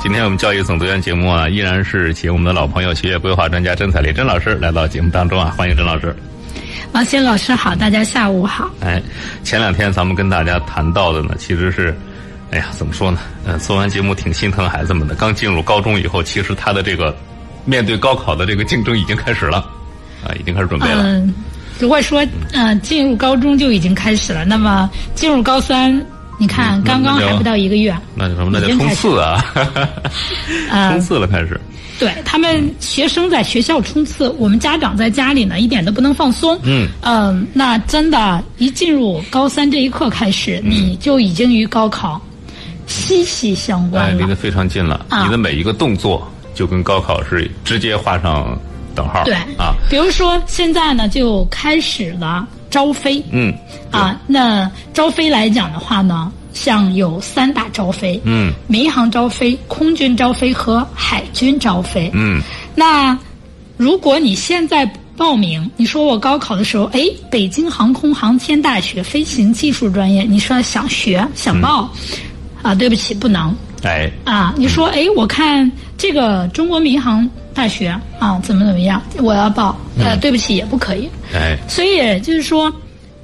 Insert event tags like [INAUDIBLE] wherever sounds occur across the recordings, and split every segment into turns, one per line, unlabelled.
今天我们教育总动员节目啊，依然是请我们的老朋友、学业规划专家甄彩丽甄老师来到节目当中啊，欢迎甄老师。
王鑫老师好，大家下午好。
哎，前两天咱们跟大家谈到的呢，其实是，哎呀，怎么说呢？呃，做完节目挺心疼孩子们的。刚进入高中以后，其实他的这个面对高考的这个竞争已经开始了，啊，已经开始准备了。
嗯，如果说嗯、呃进入高中就已经开始了，那么进入高三，你看
嗯那
刚刚
那
还
就
不到一个月，
那就什么？那
已
就
经
冲
开始
刺
[LAUGHS]
啊！冲刺了，开始。
对他们学生在学校冲刺，我们家长在家里呢一点都不能放松。
嗯
嗯，那真的，一进入高三这一刻开始，你就已经与高考息息相
哎，
关
离
了。
得非常近了。
啊
你的每一个动作就跟高考是直接画上等号。
对
啊，
比如说现在呢就开始了招飞。
嗯，
啊，那招飞来讲的话呢，像有三大招飞，
嗯，
民航招飞、空军招飞和海军招飞，
嗯，
那如果你现在报名，你说我高考的时候，哎，北京航空航天大学飞行技术专业，你说想学想报，
嗯
啊，对不起，不能，
哎，
啊，你说，哎，我看这个中国民航大学啊，怎么怎么样，我要报，
嗯
呃，对不起，也不可以，
哎，
所以也就是说，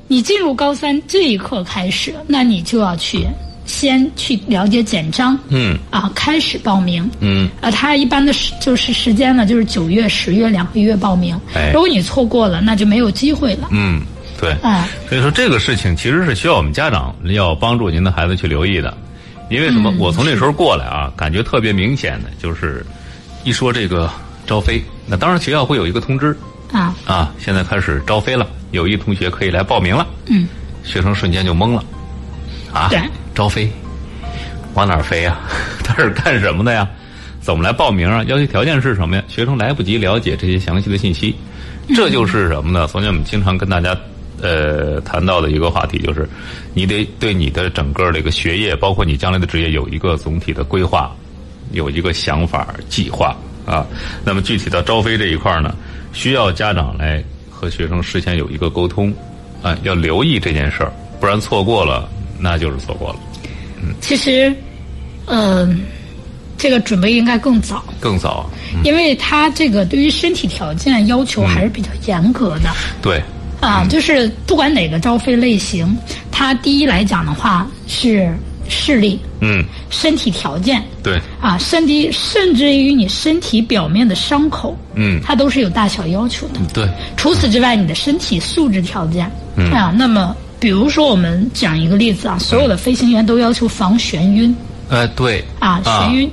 你进入高三这一刻开始，那你就要去先去了解简章，
嗯
啊，开始报名，
嗯，
啊，它一般的时就是时间呢，就是九月、十月两个月报名
哎，
如果你错过了，那就没有机会了，
嗯，对。
啊，
所以说这个事情其实是需要我们家长要帮助您的孩子去留意的，因为什
嗯
么？我从那时候过来啊，感觉特别明显的就是，一说这个招飞，那当然学校会有一个通知
啊，
啊，现在开始招飞了，有意同学可以来报名了。
嗯，
学生瞬间就懵了，啊
对，
招飞，往哪儿飞呀、 [LAUGHS] 他是干什么的呀？怎么来报名啊？要求条件是什么呀？学生来不及了解这些详细的信息，这就是什么呢？昨天我们经常跟大家呃谈到的一个话题，就是你得对你的整个这个学业，包括你将来的职业有一个总体的规划，有一个想法计划啊。那么具体到招飞这一块儿呢，需要家长来和学生事先有一个沟通，啊，要留意这件事儿，不然错过了那就是错过了，
其实，嗯、这个准备应该更早，
更早。
因为它这个对于身体条件要求还是比较严格的。
对，嗯
啊，就是不管哪个招飞类型，它第一来讲的话是视力、
嗯，
身体条件
对，
啊，甚至甚至于你身体表面的伤口，
嗯
它都是有大小要求的。
对，
除此之外，你的身体素质条件、
嗯
啊，那么比如说我们讲一个例子啊，所有的飞行员都要求防眩晕
呃，对，
啊，眩晕。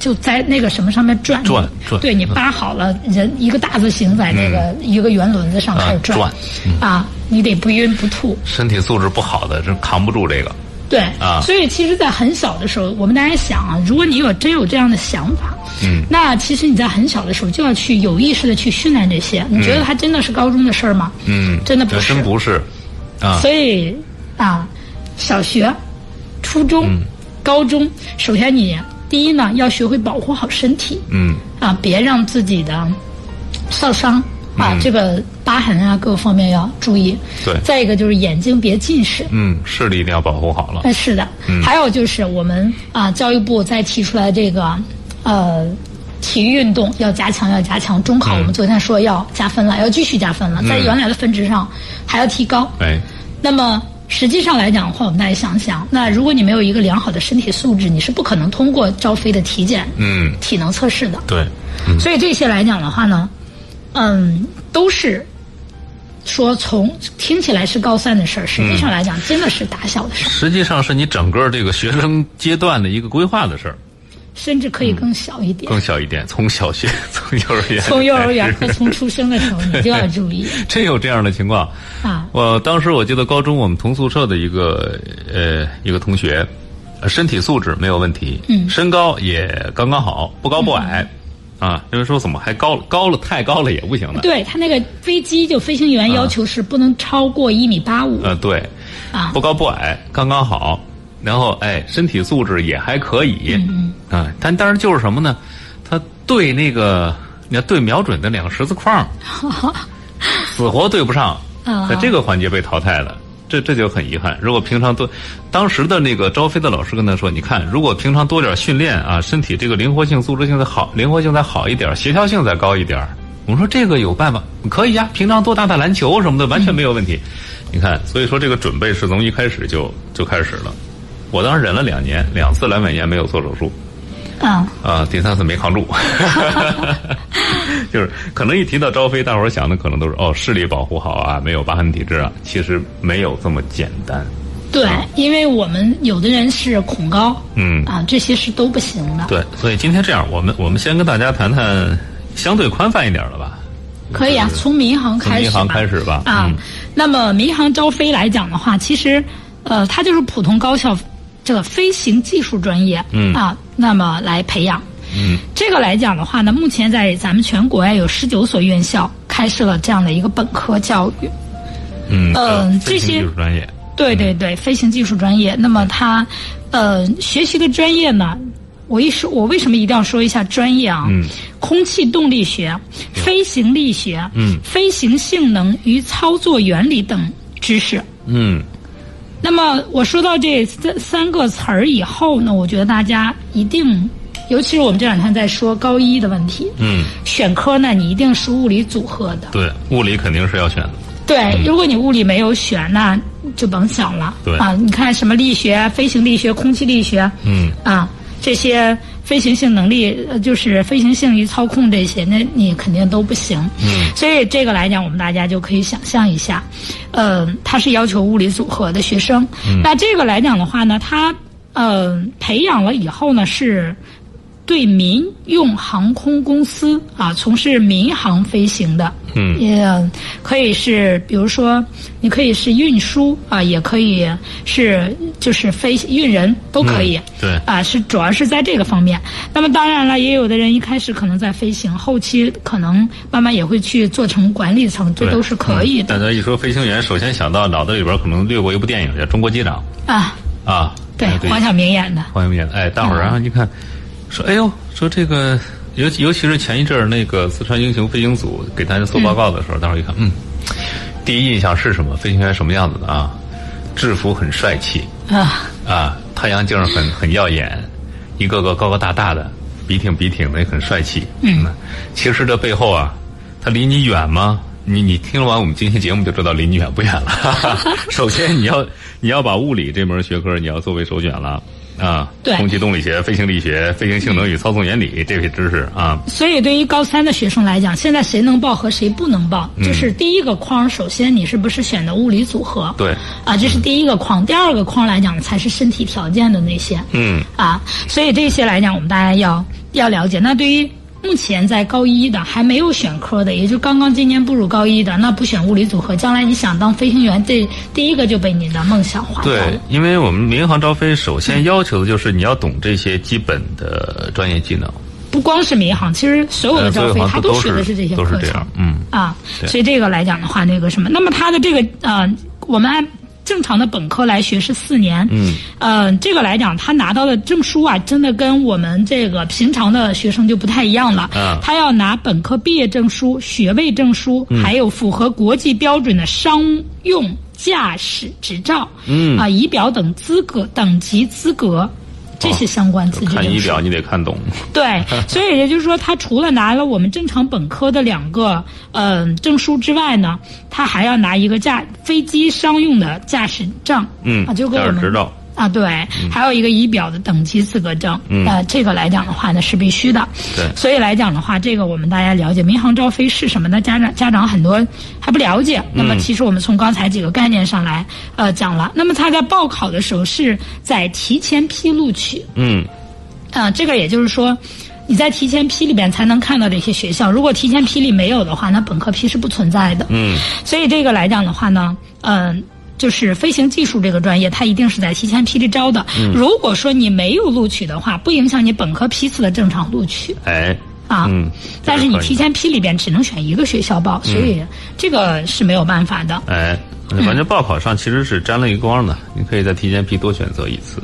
就在那个什么上面转
转转嗯
对你扒好了人一个大字形在那个一个圆轮子上开始转
啊
啊，你得不晕不吐，
身体素质不好的，真扛不住这个。
对
啊
所以其实，在很小的时候，我们大家想啊，如果你有真有这样的想法，嗯，那其实你在很小的时候就要去有意识的去训练这些。你觉得它真的是高中的事儿吗？
嗯，
真的不
这
是。
真不是，啊，
所以啊，小学、初中、
嗯
高中，首先你第一呢要学会保护好身体，
嗯，
啊，别让自己的受伤啊，这个疤痕啊各个方面要注意。
嗯对
再一个就是眼睛别近视。
嗯，视力一定要保护好了。
呃，是的，
嗯
还有就是我们啊、教育部再提出来这个，呃，体育运动要加强，要加强。中
嗯
考我们昨天说要加分了，要继续加分了，在原来的分值上还要提高。
哎，
那么实际上来讲的话，我们大家想想，那如果你没有一个良好的身体素质，你是不可能通过招飞的体检、
嗯，
体能测试的。
对，
所以这些来讲的话呢，嗯，都是。说从听起来是高三的事儿，实际
嗯
上来讲真的是打小的事儿，
实际上是你整个这个学生阶段的一个规划的事儿，
甚至可以更小一点。
嗯更小一点，从小
[LAUGHS]
学，从幼儿园，哎
从幼
[LAUGHS]
儿园和从出生的时候，你就要注意
真有这样的情况。
啊。
我当时我记得高中我们同宿舍的一个呃一个同学，呃身体素质没有问题，嗯，身高也刚刚好，不高不矮，
嗯
啊，有人说怎么还高了高了太高了也不行的，
对他那个飞机，就飞行员
啊
要求是不能超过一米八五
呃对，
啊
不高不矮刚刚好，然后哎身体素质也还可以，嗯啊，但当然就是什么呢？他对那个你要对瞄准的两个十字框，死活对不上，
啊
在这个环节被淘汰了。这这就很遗憾。如果平常多，当时的那个招飞的老师跟他说：“你看，如果平常多点训练啊，身体这个灵活性、组织性再好，灵活性再好一点，协调性再高一点。”我们说这个有办法，可以呀、平常多打打篮球什么的，完全没有问题。你看，所以说这个准备是从一开始就就开始了。我当时忍了两年，两次阑尾炎没有做手术，
啊，
啊，第三次没扛住， [LAUGHS] 就是可能一提到招飞，大伙儿想的可能都是哦，视力保护好啊，没有疤痕体质啊，其实没有这么简单。
对，因为我们有的人是恐高，
啊嗯
啊，这些是都不行的。
对，所以今天这样，我们我们先跟大家谈谈相对宽泛一点的吧。
可以啊，从民航
从
开始
银
吧，
行开始吧，
啊，
嗯，
那么民航招飞来讲的话，其实呃，它就是普通高校这个飞行技术专业，
嗯
啊，那么来培养。
嗯，
这个来讲的话呢，目前在咱们全国呀有十九所院校开设了这样的一个本科教育。
嗯，
呃
呃
这
飞行
些
技术专业，
对对
嗯
对，飞行技术专业。那么它，呃，学习的专业呢，我一说，我为什么一定要说一下专业啊？
嗯，
空气动力学、飞行力学、
嗯
飞行性能与操作原理等知识。
嗯，
那么我说到这三三个词儿以后呢，我觉得大家一定，尤其是我们这两天在说高一的问题，
嗯，
选科呢，你一定是物理组合的。
对，物理肯定是要选的，
对，如果你物理没有选，那就甭想了。
对
啊，你看什么力学、啊飞行力学、空气力学，
嗯，
啊，这些飞行性能力，呃就是飞行性与操控这些，那你肯定都不行。嗯，所以这个来讲，我们大家就可以想象一下，呃，它是要求物理组合的学生。那这个来讲的话呢，它呃培养了以后呢是。对民用航空公司啊，从事民航飞行的，
嗯
也可以是，比如说，你可以是运输啊，也可以是就是飞运人都可以。
嗯对
啊，是主要是在这个方面。那么当然了，也有的人一开始可能在飞行，后期可能慢慢也会去做成管理层，这
对
都是可以
嗯大
的、
家一说飞行员，首先想到脑子里边可能掠过一部电影叫《中国机长
啊。》
啊，
对
哎，
黄晓明演的，
黄晓明演的，哎，大伙儿然后一看，说，哎呦，说这个，尤其尤其是前一阵儿那个四川英雄飞行组给大家做报告的时候，大伙儿一看，嗯，第一印象是什么？飞行员什么样子的啊？制服很帅气
啊，
啊，太阳镜儿很很耀眼，一个个高高大大的，笔挺笔挺的，也很帅气。嗯，其实这背后啊，他离你远吗？你你听完我们今天节目就知道离你远不远了。
[LAUGHS]
首先你要你要把物理这门学科你要作为首选了啊，
对嗯
空气动力学、飞行力学、飞行性能与操纵原理这些知识啊，
所以对于高三的学生来讲，现在谁能报和谁不能报，
嗯
就是第一个框，首先你是不是选的物理组合？
对
啊，这是第一个框。第二个框来讲才是身体条件的那些。
嗯
啊，所以这些来讲，我们大家要要了解。那对于目前在高一的还没有选科的，也就刚刚今年步入高一的，那不选物理组合，将来你想当飞行员，这第一个就被你的梦想划掉
对
了。，
因为我们民航招飞首先要求的就是你要懂这些基本的专业技能。
不光是民航，其实所有的
呃所
招
以
飞
好像
它
都
学的
是
这些
都是
课
这
程
样。嗯
啊，
对
所以这个来讲的话，那个什么，那么它的这个呃，我们按正常的本科来学是四年，
嗯，
呃，这个来讲，他拿到的证书啊，真的跟我们这个平常的学生就不太一样了，
嗯
他要拿本科毕业证书、学位证书，还有符合国际标准的商用驾驶执照，
嗯
啊、仪表等资格等级资格。这些相关资质
看
证
仪
书，
表你得看懂。
对，
[LAUGHS]
所以也就是说，他除了拿了我们正常本科的两个嗯、呃证书之外呢，他还要拿一个驾飞机商用的驾驶证，
嗯
啊，就跟我
驾驶
们
执照
啊，对，还有一个仪表的等级资格证，
嗯
呃，这个来讲的话呢是必须的，
对
所以来讲的话，这个我们大家了解民航招飞是什么呢？家长家长很多还不了
嗯
解。那么其实我们从刚才几个概念上来呃讲了，那么他在报考的时候是在提前批录取，
嗯，
啊，这个也就是说，你在提前批里边才能看到这些学校。如果提前批里没有的话，那本科批是不存在的。
嗯，
所以这个来讲的话呢，嗯、就是飞行技术这个专业，它一定是在提前批里招的。
嗯
如果说你没有录取的话，不影响你本科批次的正常录取
哎，
啊。
嗯，
但是你
这个可以嗯
提前批里边只能选一个学校报，所以这个是没有办法的。
哎，反正报考上其实是沾了一光的，你可以在提前批多选择一次。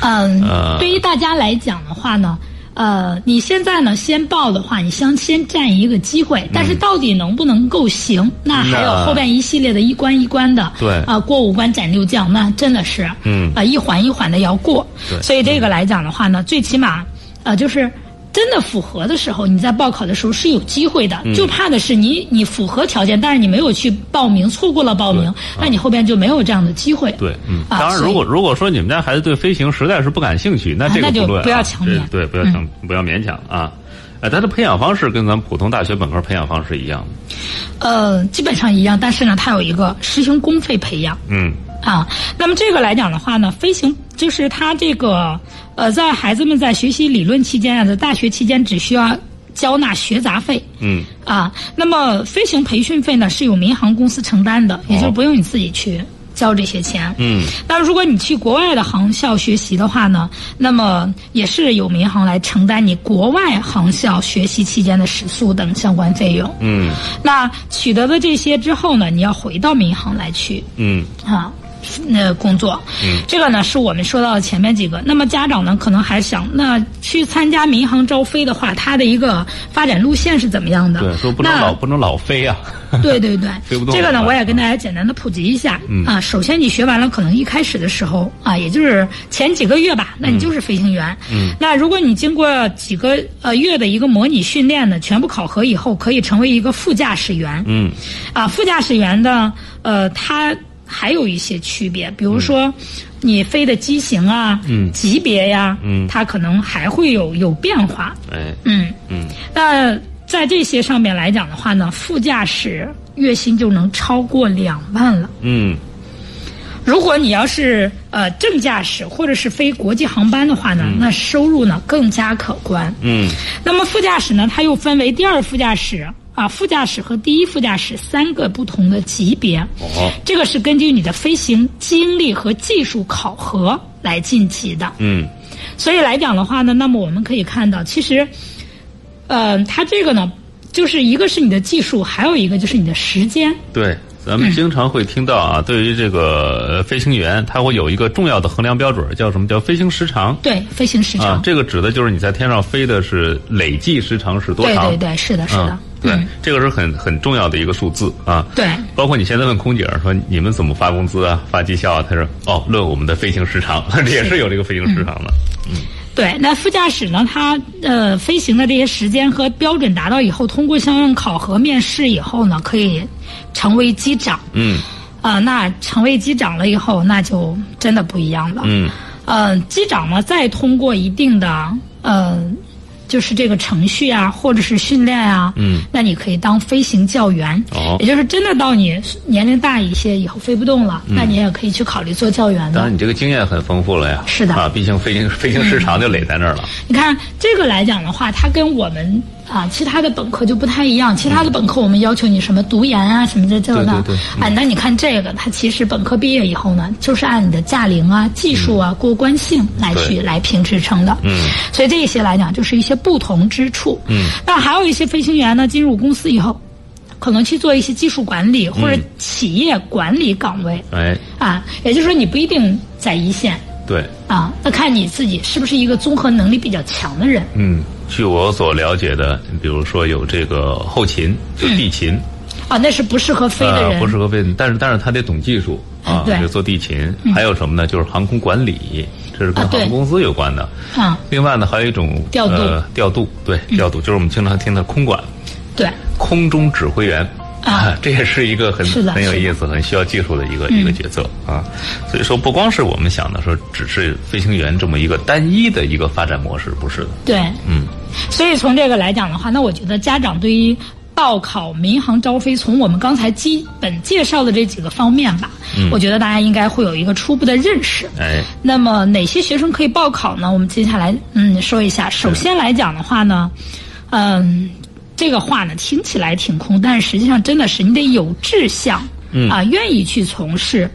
嗯
呃，
对于大家来讲的话呢，呃，你现在呢先报的话，你先先占一个机会，但是到底能不能够行，那还有
那
后边一系列的一关一关的，
嗯对
啊、过五关斩六将，那真的是，
嗯
啊、一环一环的要过，
对
所以这个来讲的话呢，最起码，呃，就是。真的符合的时候，你在报考的时候是有机会的，
嗯
就怕的是你你符合条件，但是你没有去报名，错过了报名，那你后边就没有这样的机会。
对，嗯，
啊
当然，
所以
如果如果说你们家孩子对飞行实在是不感兴趣，那
啊
这个
那就
不论啊、
不要强
这
勉嗯
对，不要强，不要勉强啊。呃，他的培养方式跟咱们普通大学本科培养方式一样的，
呃，基本上一样，但是呢，它有一个实行公费培养
嗯，
啊。那么这个来讲的话呢，飞行就是它这个呃，在孩子们在学习理论期间啊，在大学期间只需要交纳学杂费。
嗯
啊，那么飞行培训费呢是由民航公司承担的，也就是不用你自己去交这些钱。
嗯，
那如果你去国外的航校学习的话呢，那么也是由民航来承担你国外航校学习期间的食宿等相关费用。
嗯
那取得了这些之后呢，你要回到民航来去
嗯
啊。那工作，这个呢是我们说到的前面几个。那么家长呢，可能还想，那去参加民航招飞的话，它的一个发展路线是怎么样的？
对，说不能
啊那
老不能老飞
[LAUGHS]
啊， [LAUGHS]
对对对
飞不动，
这个呢，
了嗯
我也跟大家简单的普及一下、啊。首先，你学完了，可能一开始的时候啊，也就是前几个月吧，那你就是飞行员。嗯，那如果你经过几个呃月的一个模拟训练呢，全部考核以后，可以成为一个副驾驶员。
嗯
啊，副驾驶员呢，呃，它还有一些区别，比如说你飞的机型啊，嗯，级别呀，
嗯
它可能还会有有变化。
哎，
嗯，
嗯
那在这些上面来讲的话呢，副驾驶月薪就能超过两万了。
嗯
如果你要是呃正驾驶或者是飞国际航班的话呢，那收入呢更加可观。
嗯
那么副驾驶呢，它又分为第二副驾驶啊、副驾驶和第一副驾驶三个不同的级别。
哦
这个是根据你的飞行经历和技术考核来晋级的。
嗯
所以来讲的话呢，那么我们可以看到，其实，呃，它这个呢，就是一个是你的技术，还有一个就是你的时间。
对，咱们经常会听到啊，对于这个呃飞行员，他会有一个重要的衡量标准，叫什么叫飞行时长。
对，飞行时长。
啊，这个指的就是你在天上飞的是累计时长是多
对
长？
对对，是的，是的
嗯，，对，这个是很很重要的一个数字啊。
对
包括你现在问空姐儿说你们怎么发工资啊、发绩效啊，她说哦，论我们的飞行时长， [LAUGHS] 也是有这个飞行时长的。
嗯对。那副驾驶呢，它呃飞行的这些时间和标准达到以后，通过相应考核面试以后呢，可以成为机长。
嗯
啊、那成为机长了以后，那就真的不一样了。
嗯
呃，机长呢，再通过一定的呃，就是这个程序啊，或者是训练啊，
嗯，
那你可以当飞行教员，
哦
也就是真的到你年龄大一些以后飞不动了，
嗯
那你也可以去考虑做教员
当
的
然，。你这个经验很丰富了呀。
是的嗯
啊，毕竟飞行飞行时长就垒在那儿了。
你看这个来讲的话，它跟我们啊其他的本科就不太一样，其他的本科我们要求你什么读研啊什么这这个那
对对对
啊，那你看这个，它其实本科毕业以后呢，就是按你的驾龄啊、技术啊、过关性来
对
去来评职称的。
嗯，
所以这些来讲就是一些不同之处。
嗯，
那还有一些飞行员呢，进入公司以后，可能去做一些技术管理或者
嗯
企业管理岗位、
哎，
啊，也就是说你不一定在一线。
对，
啊，那看你自己是不是一个综合能力比较强的人。
嗯，据我所了解的，比如说有这个后勤，就地勤，
啊，那是不适合飞的人。
呃，不适合飞，但是但是他得懂技术啊，
对嗯
就做地勤，还有什么呢？就是航空管理，这是跟
啊
航
对
空公司有关的。
啊，
另外呢，还有一种
调度嗯
呃、调度对调度，就是我们经常听的空管，
对，
空中指挥员
啊，
[LAUGHS] 这也是一个很
是的嗯
很有意思、很需要技术的一个、一个角色啊。所以说，不光是我们想的说只是飞行员这么一个单一的一个发展模式，不是的，
对。
嗯
所以从这个来讲的话，那我觉得家长对于报考民航招飞，从我们刚才基本介绍的这几个方面吧，
嗯
我觉得大家应该会有一个初步的认识。
哎，
那么哪些学生可以报考呢？我们接下来嗯说一下。首先来讲的话呢，嗯，这个话呢听起来挺空，但是实际上真的是你得有志向，嗯啊，愿意去从事。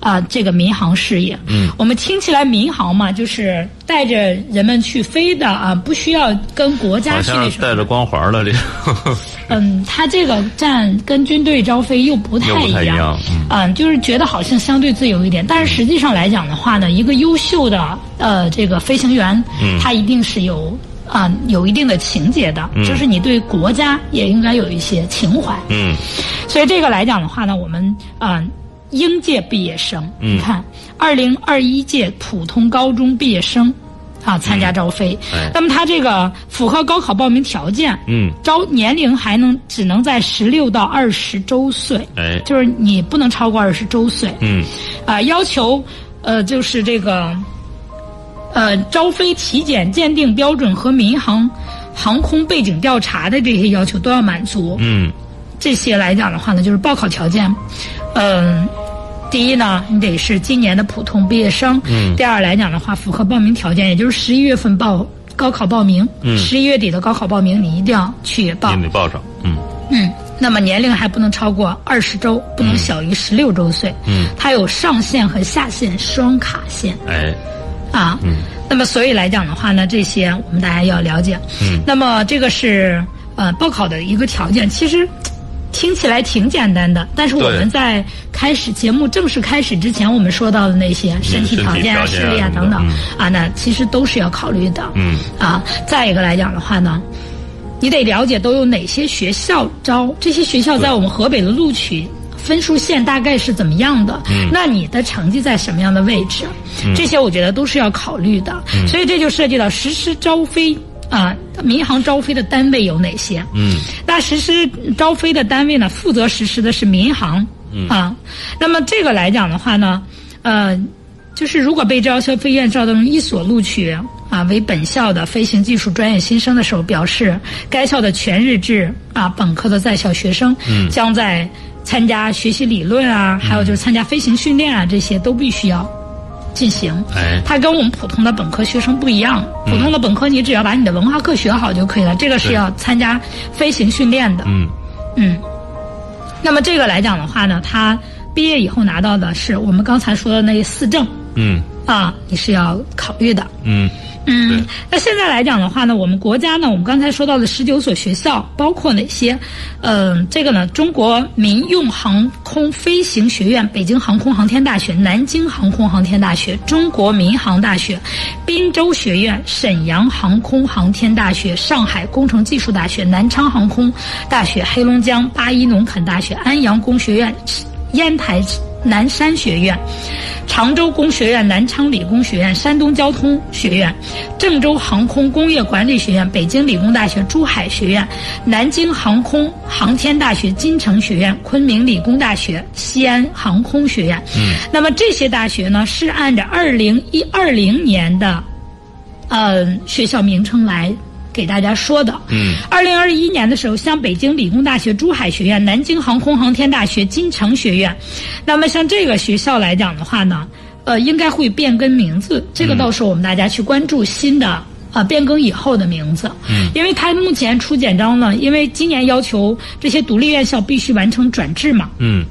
啊，这个民航事业，嗯，我们听起来民航嘛，就是带着人们去飞的啊，不需要跟国
好
家去
像
那
是
什
带
么。
着光环了，这个 [LAUGHS]
嗯，它这个站跟军队招飞又不太
又不
一
太一样
嗯、就是觉得好像相对自由一点，但是实际上来讲的话呢，一个优秀的呃这个飞行员，嗯、他一定是有啊、有一定的情节的，就是你对国家也应该有一些情怀。
嗯
所以这个来讲的话呢，我们啊、呃应届毕业生，
嗯
你看，二零二一届普通高中毕业生啊参加招飞，
哎
那么他这个符合高考报名条件，
嗯，
招年龄还能只能在十六到二十周岁，
哎
就是你不能超过二十周岁，
嗯
啊、要求呃就是这个呃招飞体检鉴定标准和民航航空背景调查的这些要求都要满足，
嗯
这些来讲的话呢，就是报考条件，嗯、第一呢，你得是今年的普通毕业生，嗯，第二来讲的话，符合报名条件，也就是十一月份报高考报名，嗯，十一月底的高考报名你一定要去报
您，得报上，嗯
嗯，那么年龄还不能超过二十周，不能小于十六周岁，
嗯，
它有上限和下限双卡线，
哎
啊，那么所以来讲的话呢，这些我们大家要了解。
嗯
那么这个是呃报考的一个条件，其实。嘖听起来挺简单的，但是我
对
们在开始节目正式开始之前，我们说到的那些身
身体
体条件
条件啊
啊、视力啊
什么
等
的
等啊，那其实都是要考虑的。
嗯
啊，再一个来讲的话呢，你得了解都有哪些学校招，这些学校在我们河北的录取分数线大概是怎么样的？
嗯
那你的成绩在什么样的位置？这些我觉得都是要考虑的。
嗯
所以这就涉及到实施招飞啊、民航招飞的单位有哪些？
嗯
那实施招飞的单位呢，负责实施的是民航、
嗯
啊。那么这个来讲的话呢，呃，就是如果被招消费院校当中一所录取啊为本校的飞行技术专业新生的时候，表示该校的全日制啊本科的在校学生
嗯
将在参加学习理论啊，还有就是参加飞行训练啊，这些都必须要进行。
哎
它跟我们普通的本科学生不一样，普通的本科你只要把你的文化课学好就可以了，这个
嗯
是
对
要参加飞行训练的。
嗯
嗯，那么这个来讲的话呢，他毕业以后拿到的是我们刚才说的那四证
嗯
啊，你是要考虑的。
嗯对
嗯，那现在来讲的话呢，我们国家呢，我们刚才说到的十九所学校包括哪些？嗯、这个呢，中国民用航空飞行学院、北京航空航天大学、南京航空航天大学、中国民航大学、滨州学院、沈阳航空航天大学、上海工程技术大学、南昌航空大学、黑龙江八一农垦大学、安阳工学院、烟台南山学院、常州工学院、南昌理工学院、山东交通学院、郑州航空工业管理学院、北京理工大学珠海学院、南京航空航天大学金城学院、昆明理工大学、西安航空学院。嗯，那么这些大学呢，是按照二零一二零年的呃学校名称来给大家说的。
嗯，
二零二一年的时候，像北京理工大学、珠海学院、南京航空航天大学、金城学院，那么像这个学校来讲的话呢，呃，应该会变更名字，这个到时候我们大家去关注新的。啊，变更以后的名字，嗯，因为它目前出简章呢，因为今年要求这些独立院校必须完成转制嘛，
嗯，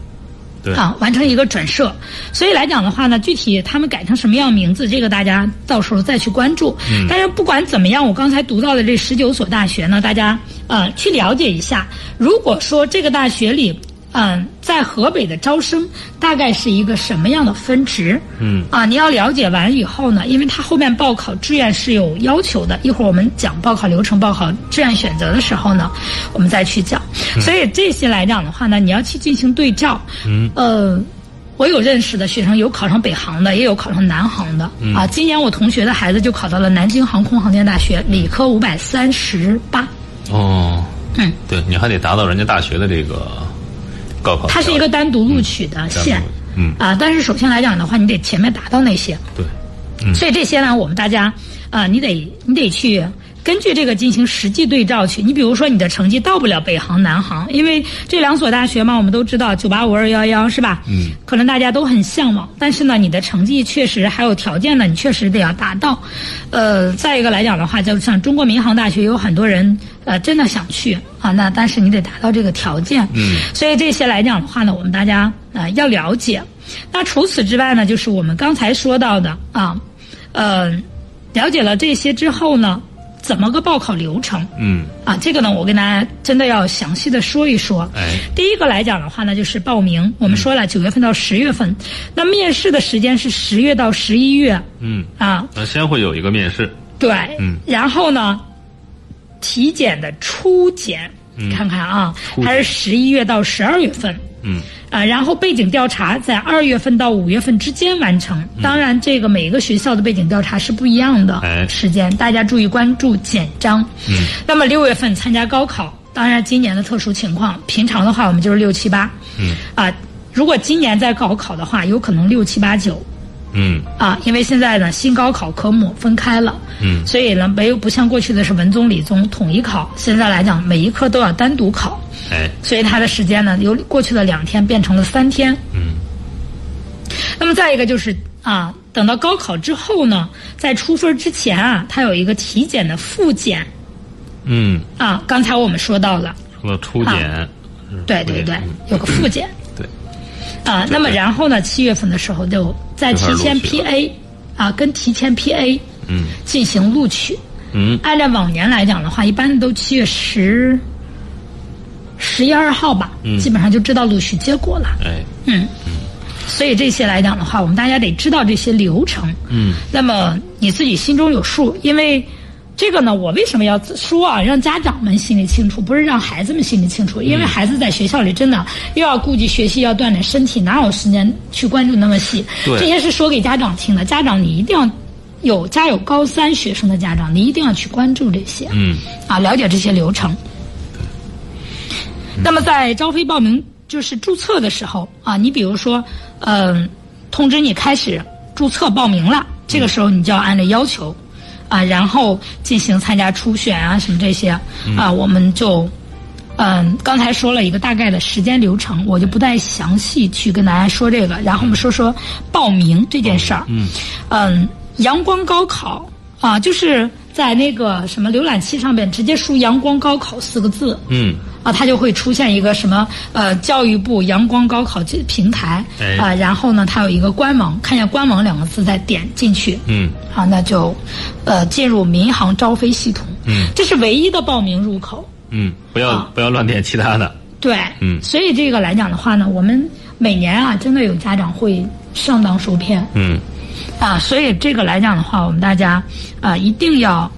对，
啊，完成一个转设。所以来讲的话呢，具体他们改成什么样名字，这个大家到时候再去关注。但是不管怎么样，我刚才读到的这十九所大学呢，大家呃去了解一下。如果说这个大学里，嗯、在河北的招生大概是一个什么样的分值？
嗯
啊，你要了解完以后呢，因为它后面报考志愿是有要求的，一会儿我们讲报考流程、报考志愿选择的时候呢，我们再去讲。所以这些来讲的话呢，你要去进行对照。嗯，呃。我有认识的学生，有考上北航的，也有考上南航的、啊。今年我同学的孩子就考到了南京航空航天大学理科五百三十八，
哦，
嗯，
对，你还得达到人家大学的这个高考，
它是一个，单独录取的线，
嗯
啊，但是首先来讲的话，你得前面达到那些，
对，嗯
所以这些呢，我们大家啊、你得你得去根据这个进行实际对照去。你比如说，你的成绩到不了北航、南航，因为这两所大学嘛，我们都知道九八五、二幺幺是吧？
嗯，
可能大家都很向往，但是呢，你的成绩确实还有条件呢，你确实得要达到。呃，再一个来讲的话，就像中国民航大学有很多人呃真的想去啊，那但是你得达到这个条件。
嗯，
所以这些来讲的话呢，我们大家呃要了解。那除此之外呢，就是我们刚才说到的啊，呃，了解了这些之后呢，怎么个报考流程？
嗯，
啊，这个呢，我跟大家真的要详细的说一说。
哎，
第一个来讲的话呢，就是报名。我们说了，九月份到十月份，那面试的时间是十月到十一月
嗯，
啊。
那先会有一个面试，
对，
嗯
然后呢，体检的初检，看看啊，它是十一月到十二月份。
嗯，
啊，然后背景调查在二月份到五月份之间完成。
嗯
当然，这个每一个学校的背景调查是不一样的
哎
时间，大家注意关注简章。嗯，那么六月份参加高考，当然今年的特殊情况，平常的话我们就是六七八。嗯，啊，如果今年在高考的话，有可能六七八九。
嗯
啊，因为现在呢，新高考科目分开了，
嗯
所以呢，没有不像过去的是文综、理综统一考，现在来讲每一科都要单独考，
哎
所以它的时间呢，由过去的两天变成了三天。
嗯。
那么再一个就是啊，等到高考之后呢，在出分之前啊，它有一个体检的复检
嗯，
啊，刚才我们说到了，
说到初检，是
对
初
对
检
对
嗯，
有个复检
对，
啊。那么然后呢，七月份的时候就再
就开
提
始
前
录取了
PA 啊，跟提前 PA
嗯
进行录取。
嗯
按照往年来讲的话，一般都七月十、十一二号吧，基本上就知道录取结果了。
哎
嗯，所以这些来讲的话，我们大家得知道这些流程。
嗯，
那么你自己心中有数，因为这个呢，我为什么要说啊？让家长们心里清楚，不是让孩子们心里清
嗯
楚，因为孩子在学校里真的又要顾及学习，要锻炼身体，哪有时间去关注那么细？
对
这些是说给家长听的，家长你一定要。有家有高三学生的家长，你一定要去关注这些。
嗯
啊，了解这些流程。那么在招飞报名就是注册的时候啊，你比如说，嗯、通知你开始注册报名了，这个时候你就要按照要求啊，然后进行参加初选啊什么这些啊，我们就。嗯，刚才说了一个大概的时间流程，我就不再详细去跟大家说这个。然后我们说说报名这件事儿。嗯，嗯，阳光高考啊，就是在那个什么浏览器上面直接输“阳光高考”四个字。
嗯
啊，它就会出现一个什么呃教育部阳光高考这平台
哎
啊、然后呢，它有一个官网，看见“官网”两个字再点进去，
嗯
啊，那就呃进入民航招飞系统，
嗯，
这是唯一的报名入口，
嗯，不要不要乱点其他的，
对，
嗯
所以这个来讲的话呢，我们每年啊，真的有家长会上当受骗，
嗯
啊，所以这个来讲的话，我们大家啊、一定要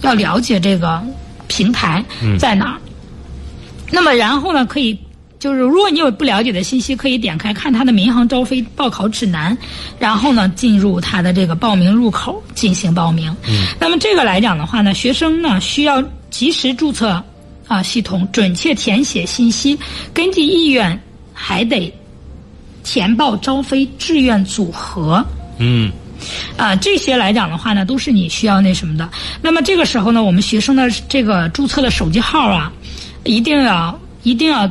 要了解这个平台在哪儿。那么然后呢，可以就是如果你有不了解的信息，可以点开看它的民航招飞报考指南，然后呢进入它的这个报名入口进行报名。嗯，那么这个来讲的话呢，学生呢需要及时注册啊系统，准确填写信息，根据意愿还得填报招飞志愿组合。
嗯
啊，这些来讲的话呢，都是你需要那什么的。那么这个时候呢，我们学生的这个注册的手机号啊，一定要一定要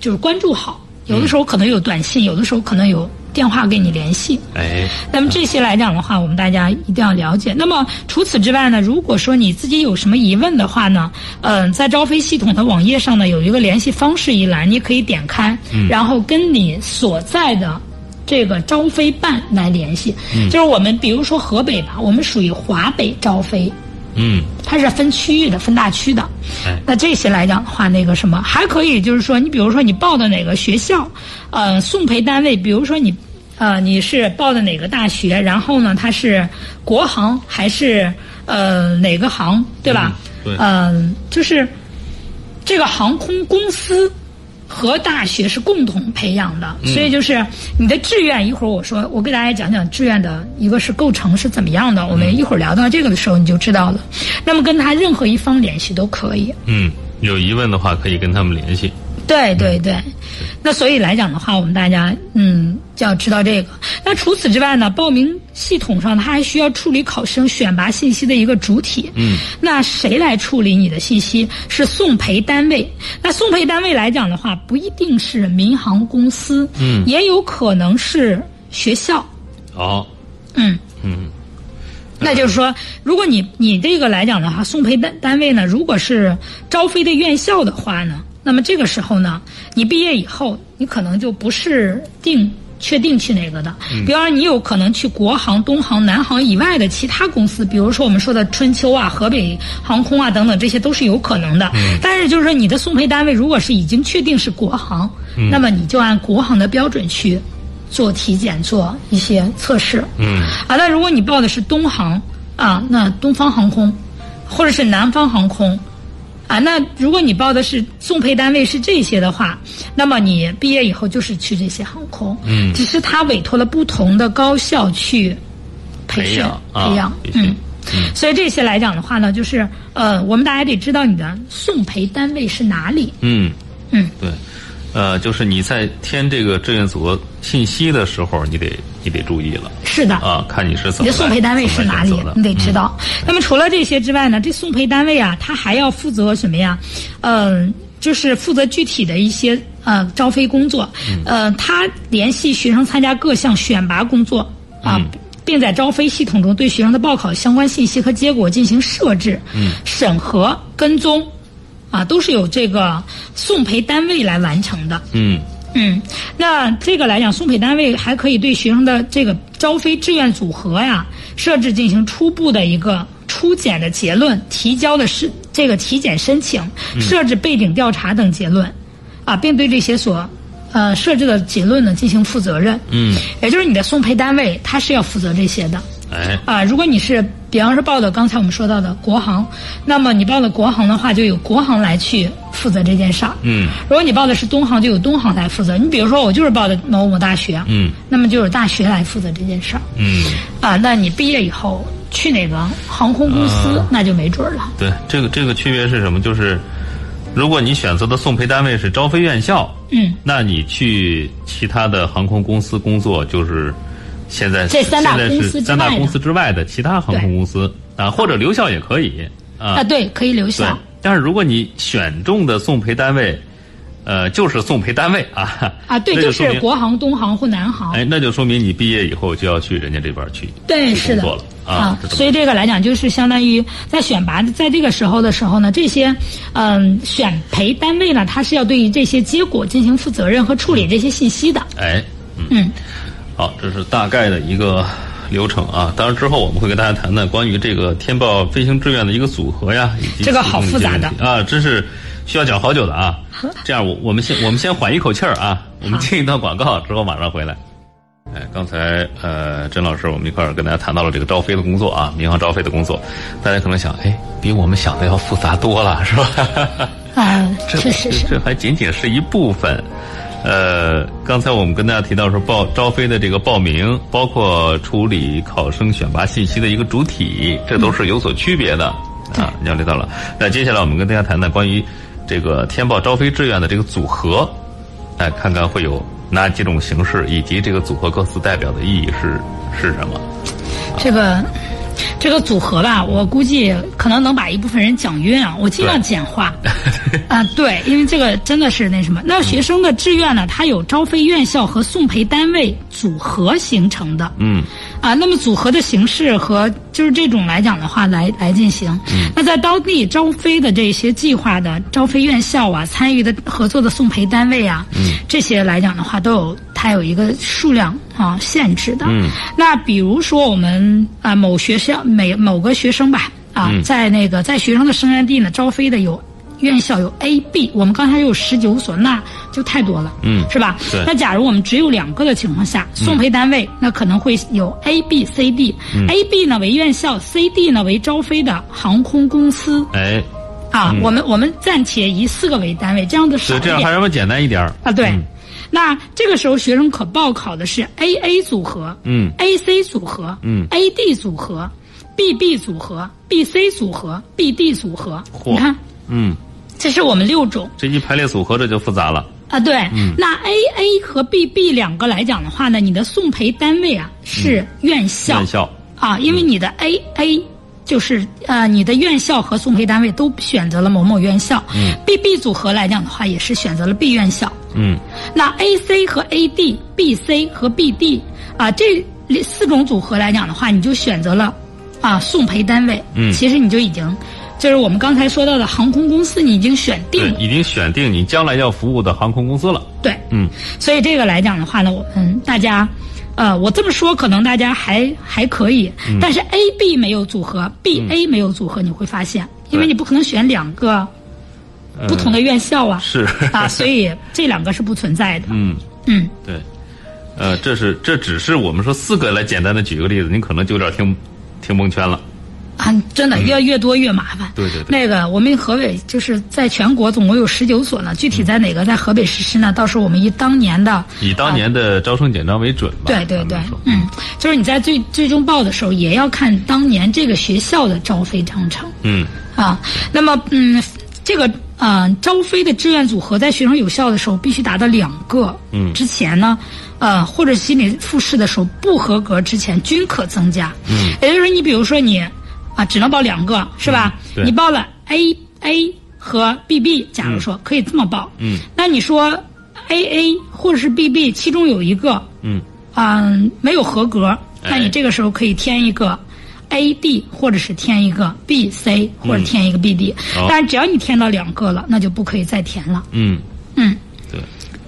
就是关注好。有的时候可能有短信，有的时候可能有电话跟你联系。
哎
那么这些来讲的话，我们大家一定要了解。那么除此之外呢，如果说你自己有什么疑问的话呢，嗯、在招飞系统的网页上呢有一个联系方式一栏，你可以点开，然后跟你所在的。这个招飞办来联系，就是我们比如说河北吧，我们属于华北招飞，
嗯
它是分区域的、分大区的。
哎
那这些来讲的话，那个什么还可以，就是说，你比如说你报的哪个学校，呃，送培单位，比如说你，呃，你是报的哪个大学，然后呢，它是国航还是呃哪个航，对吧？
嗯对
嗯、就是这个航空公司。和大学是共同培养的，
嗯
所以就是你的志愿。一会儿我说，我给大家讲讲志愿的一个是构成是怎么样的。我
嗯
们一会儿聊到这个的时候，你就知道了。那么跟他任何一方联系都可以。
嗯，有疑问的话可以跟他们联系，
对对对，那所以来讲的话，我们大家嗯就要知道这个。那除此之外呢，报名系统上它还需要处理考生选拔信息的一个主体。嗯，那谁来处理你的信息？是送培单位。那送培单位来讲的话，不一定是民航公司，嗯，也有可能是学校，
好，
嗯。
嗯
那就是说，如果你你这个来讲的话，送培单单位呢，如果是招飞的院校的话呢，那么这个时候呢，你毕业以后，你可能就不是定确定去哪个的。比方说，你有可能去国航、东航、南航以外的其他公司，比如说我们说的春秋啊、河北航空啊等等，这些都是有可能的。但是就是说，你的送培单位如果是已经确定是国航，那么你就按国航的标准去做体检、做一些测试。
嗯
啊，那如果你报的是东航啊，那东方航空，或者是南方航空，啊，那如果你报的是送配单位是这些的话，那么你毕业以后就是去这些航空，
嗯
只是他委托了不同的高校去培
培
训
养啊培训
嗯。所以这些来讲的话呢，就是呃，我们大家得知道你的送培单位是哪里。
嗯，
嗯，
对，呃，就是你在填这个志愿组信息的时候，你得你得注意了
是的，
啊，看你是怎
你
么
的送
来
培单位是
怎么
哪
来
里
选择？
你
的
得知道。嗯那么除了这些之外呢，这送培单位啊，它还要负责什么呀？嗯、就是负责具体的一些呃招飞工作。呃，它联系学生参加各项选拔工作啊。并在招飞系统中对学生的报考相关信息和结果进行设置、嗯、审核、跟踪，啊，都是由这个送培单位来完成的。
嗯
嗯，那这个来讲，送培单位还可以对学生的这个招飞志愿组合呀设置进行初步的一个初检的结论，提交的是这个体检申请，设置背景调查等结论，啊，并对这些所呃设置的结论呢进行负责任。
嗯，
也就是你的送培单位，它是要负责这些的。
哎，
啊，如果你是比方说报的刚才我们说到的国航，那么你报的国航的话，就由国航来去负责这件事儿。
嗯，
如果你报的是东航，就由东航来负责。你比如说我就是报的某某大学，啊
嗯，
那么就由大学来负责这件事儿。
嗯，
啊，那你毕业以后去哪个航空公司，
啊
那就没准儿了。
对，这个这个区别是什么？就是如果你选择的送培单位是招飞院校，
嗯，
那你去其他的航空公司工作，就是现在
这三大
现在是
公司之外的
三大公司之外的其他航空公司啊，或者留校也可以啊。
啊，对，可以留
对
校。，
但是如果你选中的送培单位，呃，就是送培单位啊 [LAUGHS]
啊，对，
那
就
就说
是
明
国航、东航或南航。
哎，那就说明你毕业以后就要去人家这边去
对，
去
是
工
的
作了
啊
啊，是这么
所以这个来讲，就是相当于在选拔，在这个时候的时候呢，这些嗯选培单位呢，它是要对于这些结果进行负责任和处理这些信息的。
哎，嗯。
嗯，
好，这是大概的一个流程啊。当然之后我们会跟大家谈谈关于这个天豹飞行志愿的一个组合呀，以及
这个好复杂的
其中一些问题啊，真是需要讲好久的啊。这样我我们先我们先缓一口气儿啊，我们进一段广告之后马上回来。哎，刚才呃，甄老师，我们一块儿跟大家谈到了这个招飞的工作啊，民航招飞的工作，大家可能想，哎，比我们想的要复杂多了，是吧？
啊，
这
是是是，
这还仅仅是一部分。呃，刚才我们跟大家提到说报招飞的这个报名，包括处理考生选拔信息的一个主体，这
嗯
都是有所区别的、啊。了解到了。那接下来我们跟大家谈谈关于这个天报招飞志愿的这个组合，哎，看看会有哪几种形式，以及这个组合各自代表的意义是是什么。
这个这个组合吧，我估计可能能把一部分人讲晕啊，我尽量
对
简化。
[LAUGHS]
啊，对，因为这个真的是那什么。那学生的志愿呢，它有招飞院校和送培单位组合形成的。
嗯
啊，那么组合的形式和就是这种来讲的话，来来进行。
嗯
那在当地招飞的这些计划的招飞院校啊，参与的合作的送培单位啊，
嗯
这些来讲的话，都有它有一个数量啊限制的。
嗯
那比如说我们啊、某学校每某个学生吧啊，
嗯
在那个在学生的生源地呢招飞的有。院校有 A、B，我们刚才有十九所，那就太多了，
嗯
是吧？
对
那假如我们只有两个的情况下，送培单位、那可能会有 A、B、C、D，A、B
嗯
呢为院校，C、D 呢为招飞的航空公司
哎，
啊。我们我们暂且以四个为单位，这样的
所
少
以
一
这样
点
还嗯让我简单一点儿
啊。对，那这个时候学生可报考的是 AA 组合，
嗯
，AC 组合，
嗯
，AD 组合，BB 组合，BC 组合，BD 组合。
嚯
你看，
嗯，
这是我们六种。
这一排列组合这就复杂了。
啊，对，那 A A 和 B B 两个来讲的话呢，你的送培单位啊是院校、
院校，
啊，因为你的 A A 就是呃你的院校和送培单位都选择了某某院校、b B 组合来讲的话也是选择了 B 院校，
嗯
那 A C 和 A D、B C 和 B D 啊，这四种组合来讲的话，你就选择了啊送培单位。
嗯
其实你就已经就是我们刚才说到的航空公司，你已经选定
对，
了。
已经选定你将来要服务的航空公司了。
对，
嗯，
所以这个来讲的话呢，我们大家。呃，我这么说可能大家还还可以，
嗯
但是 A B 没有组合，B A 没有组合，你会发现，因为
对呃
你不可能选两个不同的院校啊，
是 [LAUGHS]
啊， [LAUGHS] 所以这两个是不存在的。
嗯，
嗯，
对，呃，这是这只是我们说四个来简单的举个例子，您可能就有点听听蒙圈了。
啊，真的越越多越麻烦。
嗯对对对
那个我们河北就是在全国总共有十九所呢，具体在哪个在河北实施呢？到时候我们以当年的
以当年的招生简章为准吧。
啊对对对
咱们说，
嗯，就是你在最最终报的时候，也要看当年这个学校的招飞章程
嗯
啊。那么，嗯，这个呃招飞的志愿组合在学生有效的时候必须达到两个，
嗯
之前呢，呃或者心理复试的时候不合格之前均可增加，嗯，也就是说你比如说你啊只能报两个是吧？
嗯对
你报了 A A 和 B B，假如说、可以这么报，
嗯，
那你说 A A 或者是 B B 其中有一个
嗯
嗯，没有合格，
哎
那你这个时候可以添一个 A B，或者是添一个 B C，或者添一个 B D、
嗯好
但是只要你添到两个了，那就不可以再填了。
嗯，
嗯，
对，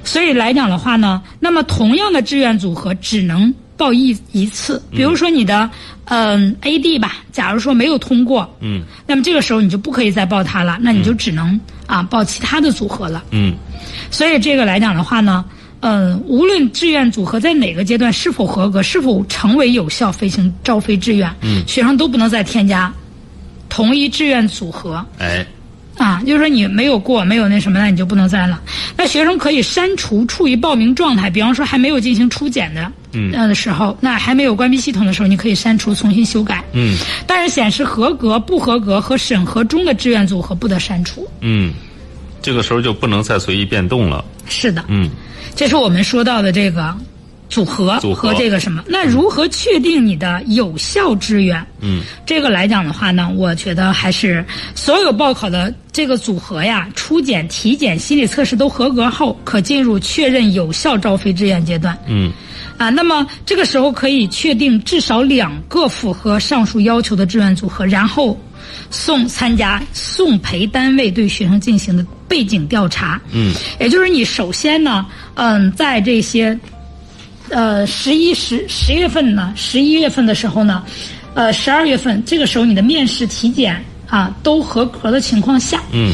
所以来讲的话呢，那么同样的志愿组合只能报一一次。比如说你的嗯 A D 吧，假如说没有通过，
嗯
那么这个时候你就不可以再报它了，那你就只能、啊报其他的组合了。
嗯
所以这个来讲的话呢，嗯，无论志愿组合在哪个阶段是否合格，是否成为有效飞行招飞志愿，
嗯
学生都不能再添加同一志愿组合
哎
啊，就是说你没有过，没有那什么，那你就不能再了。那学生可以删除处于报名状态，比方说还没有进行初检的。
嗯
呃的时候，那还没有关闭系统的时候，你可以删除，重新修改。
嗯
但是显示合格、不合格和审核中的志愿组合不得删除。
嗯，这个时候就不能再随意变动了。
是的，
嗯
这是我们说到的这个组合
组合
和这个什么？那如何确定你的有效志愿？
嗯，
这个来讲的话呢，我觉得还是所有报考的这个组合呀，初检、体检、心理测试都合格后，可进入确认有效招飞志愿阶段。
嗯
啊，那么这个时候可以确定至少两个符合上述要求的志愿组合，然后送参加送培单位对学生进行的背景调查。
嗯，
也就是你首先呢，嗯，在这些呃十一十十月份呢，十一月份的时候呢，呃十二月份这个时候你的面试、体检啊都合格的情况下，
嗯，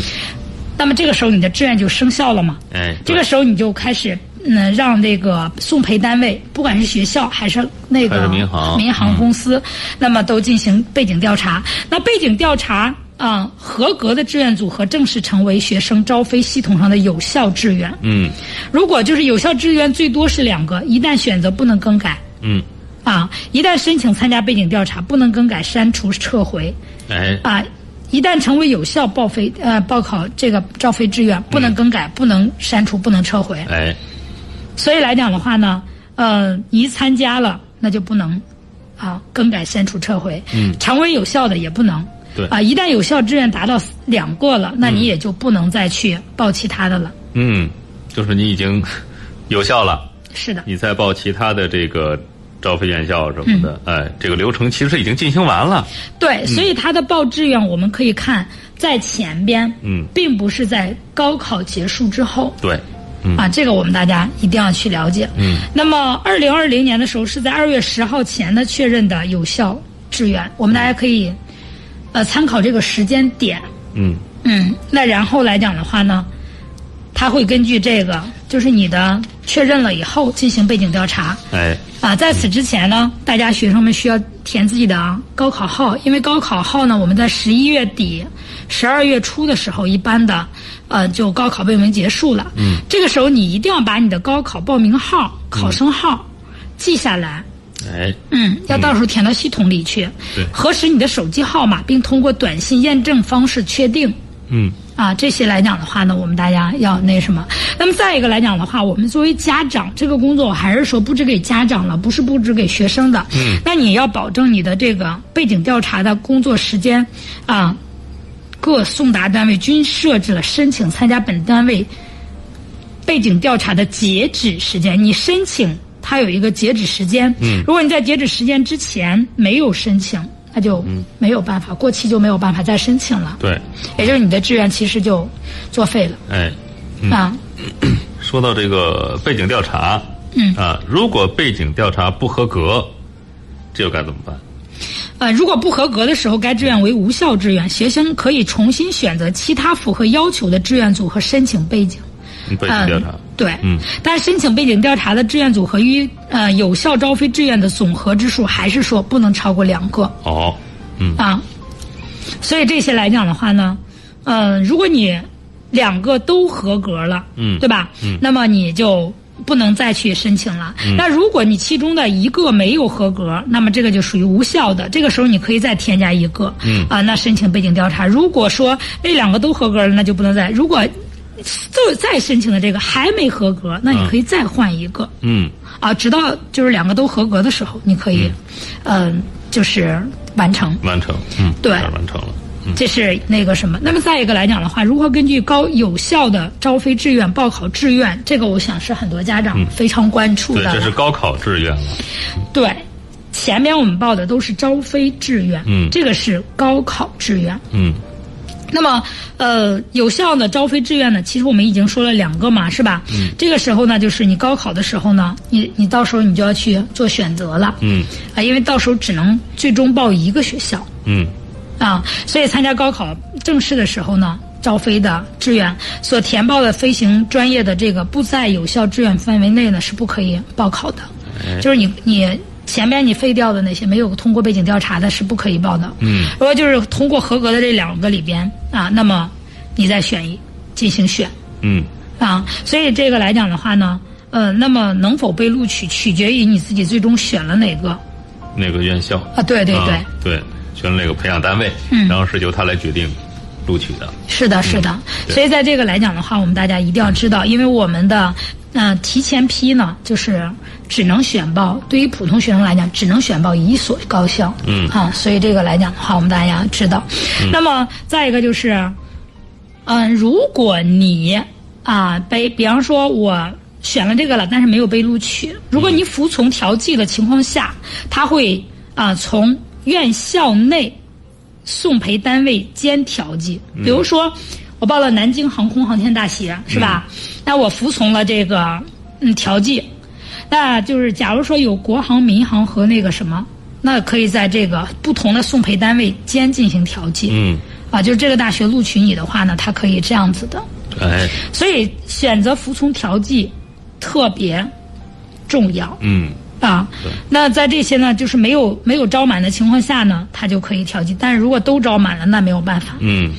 那么这个时候你的志愿就生效了嘛？
哎，
这个时候你就开始，嗯，让这个送培单位，不管是学校还是那
还是
个
民航嗯
公司，那么都进行背景调查。那背景调查啊、合格的志愿组合正式成为学生招飞系统上的有效志愿。
嗯
如果就是有效志愿最多是两个，一旦选择不能更改
嗯，
啊，一旦申请参加背景调查不能更改、删除、撤回
哎
啊。一旦成为有效报飞呃报考这个招飞志
嗯
愿，不能更改、不能删除、不能撤回。
哎，
所以来讲的话呢，呃，你一参加了，那就不能啊更改、删除、撤回。
嗯
常温有效的也不能。
对
啊，一旦有效志愿达到两个了，那你也就不能再去报其他的了。
嗯，就是你已经 [LAUGHS] 有效了。
是的，
你再报其他的这个招飞院校什么的，
嗯
哎，这个流程其实已经进行完了。
对，
嗯
所以他的报志愿我们可以看在前边，
嗯
并不是在高考结束之后。
对，嗯
啊，这个我们大家一定要去了解。
嗯，
那么二零二零年的时候是在二月十号前的确认的有效志愿，我们大家可以、呃参考这个时间点。
嗯
嗯，那然后来讲的话呢，他会根据这个，就是你的确认了以后进行背景调查。
哎
啊，在此之前呢，大家学生们需要填自己的高考号，因为高考号呢，我们在十一月底、十二月初的时候，一般的，呃，就高考备名结束了。嗯，这个时候你一定要把你的高考报名号、考生号记下来。
哎，
嗯，要到时候填到系统里去，
对
核实你的手机号码，并通过短信验证方式确定。
嗯
啊，这些来讲的话呢，我们大家要那什么。那么再一个来讲的话，我们作为家长，这个工作我还是说布置给家长了，不是布置给学生的。嗯，那你要保证你的这个背景调查的工作时间啊，各送达单位均设置了申请参加本单位背景调查的截止时间。你申请它有一个截止时间，嗯，如果你在截止时间之前没有申请，那就没有办法，过期就没有办法再申请了。
对，
也就是你的志愿其实就作废了、
哎，
啊。
说到这个背景调查，
嗯
啊，如果背景调查不合格，这又该怎么办？
呃，如果不合格的时候，该志愿为无效志愿，学生可以重新选择其他符合要求的志愿组合申请背景。
背景调查，
嗯、对，
嗯，
但是申请背景调查的志愿组合与呃有效招飞志愿的总和之数，还是说不能超过两个
哦，嗯
啊。所以这些来讲的话呢，呃，如果你两个都合格了，
嗯
对吧？嗯，那么你就不能再去申请了。那如果你其中的一个没有合格，那么这个就属于无效的。这个时候你可以再添加一个，嗯啊、那申请背景调查。如果说那两个都合格了，那就不能再。如果就再申请的这个还没合格，那你可以再换一个。
嗯，
啊，直到就是两个都合格的时候，你可以，嗯、就是完成，
完成，嗯，
对
这儿完成了，嗯
这是那个什么。那么再一个来讲的话，如何根据高有效的招飞志愿、报考志愿，这个我想是很多家长非常关
嗯
注
对，
的
这
了。
是高考志愿了，
对，前面我们报的都是招飞志愿，
嗯
这个是高考志愿。
嗯
那么，呃，有效的招飞志愿呢，其实我们已经说了两个嘛，是吧？嗯。这个时候呢，就是你高考的时候呢，你你到时候你就要去做选择了。
嗯。
啊，因为到时候只能最终报一个学校
嗯
啊，所以参加高考正式的时候呢，招飞的志愿所填报的飞行专业的这个不在有效志愿范围内呢，是不可以报考的。
哎
就是你你前面你废掉的那些没有通过背景调查的是不可以报的。
嗯，
如果就是通过合格的这两个里边啊，那么你再选一进行选
嗯
啊，所以这个来讲的话呢，呃，那么能否被录取，取决于你自己最终选了哪个。
那个院校，
啊，对对对，
啊对，选了那个培养单位，
嗯
然后是由他来决定录取的，
是的，是的。
嗯对
所以在这个来讲的话，我们大家一定要知道，因为我们的呃提前批呢，就是只能选报，对于普通学生来讲，只能选报一所高校。
嗯
啊，所以这个来讲的话，我们大家知道。那么再一个就是，嗯、如果你啊被，比方说我。选了这个了，但是没有被录取。如果你服从调剂的情况下，他会啊、从院校内送培单位兼调剂。比如说，我报了南京航空航天大学，是吧？那我服从了这个嗯调剂，那就是假如说有国航、民航和那个什么，那可以在这个不同的送培单位间进行调剂。
嗯，
啊，就是这个大学录取你的话呢，它可以这样子的。
哎，
所以选择服从调剂特别重要。
嗯
啊
对，
那在这些呢，就是没有没有招满的情况下呢，它就可以调剂。但是如果都招满了，那没有办法。
嗯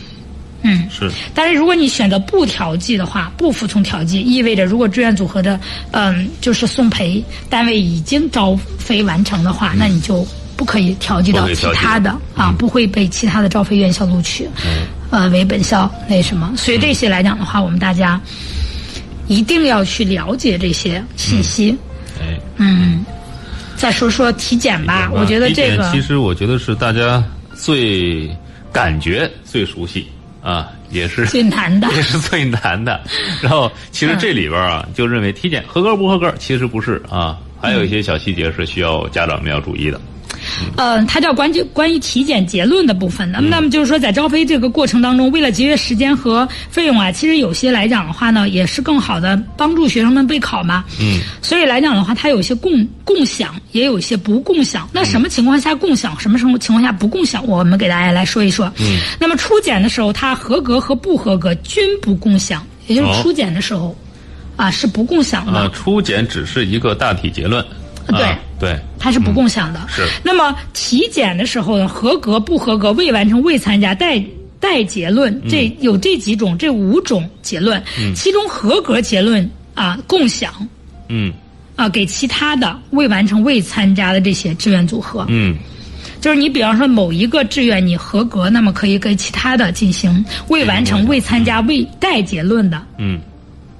嗯，
是，
但是如果你选择不调剂的话，不服从调剂，意味着如果志愿组合的，嗯，就是送培单位已经招飞完成的话，那你就不可以调剂
嗯不
到
可以
其
调剂嗯
他的啊，不会被其他的招飞院校录取，呃，为本校那什么。所以这些来讲的话，我们大家一定要去了解这些信息。
哎。
嗯，再说说体检吧，我觉得这
体
个
检其实我觉得是大家最感觉最熟悉啊，也是
最难的
[LAUGHS] 。也是最难的。然后其实这里边啊，
嗯
就认为体检合格不合格，其实不是啊，还有一些小细节是需要家长们要注意的。
嗯，它叫关于关于体检结论的部分。
嗯
那么，那么就是说，在招飞这个过程当中，为了节约时间和费用啊，其实有些来讲的话呢，也是更好的帮助学生们备考嘛。
嗯，
所以来讲的话，它有些共共享，也有些不共享。那
嗯
什么情况下共享，什么情况下不共享？我们给大家来说一说。嗯，那么初检的时候，它合格和不合格均不共享，也就
哦
是初检的时候，啊是不共享的。
啊，初检只是一个大体结论。
对
啊对，
它是不共享的。
嗯是
那么体检的时候呢，合格、不合格、未完成、未参加、待待结论，
嗯
这有这几种，这五种结论，其中合格结论啊共享
嗯
啊给其他的未完成、未参加的这些志愿组合。
嗯
就是你比方说某一个志愿你合格，那么可以给其他的进行未完成、未参加、未待结论的。
嗯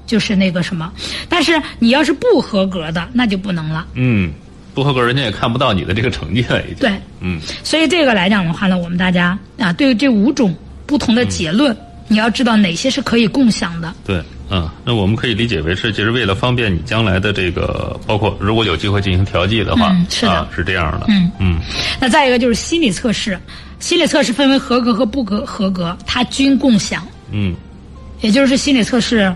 就是那个什么，但是你要是不合格的，那就不能了。
嗯，不合格人家也看不到你的这个成绩了，已经。
对，
嗯
所以这个来讲的话呢，我们大家啊，对于这五种不同的结论，
嗯
你要知道哪些是可以共享的。
对，嗯，那我们可以理解为是，其实为了方便你将来的这个，包括如果有机会进行调剂的话，
嗯是的
啊，是这样的，
嗯
嗯
那再一个就是心理测试，心理测试分为合格和不合合格，它均共享，
嗯
也就是心理测试。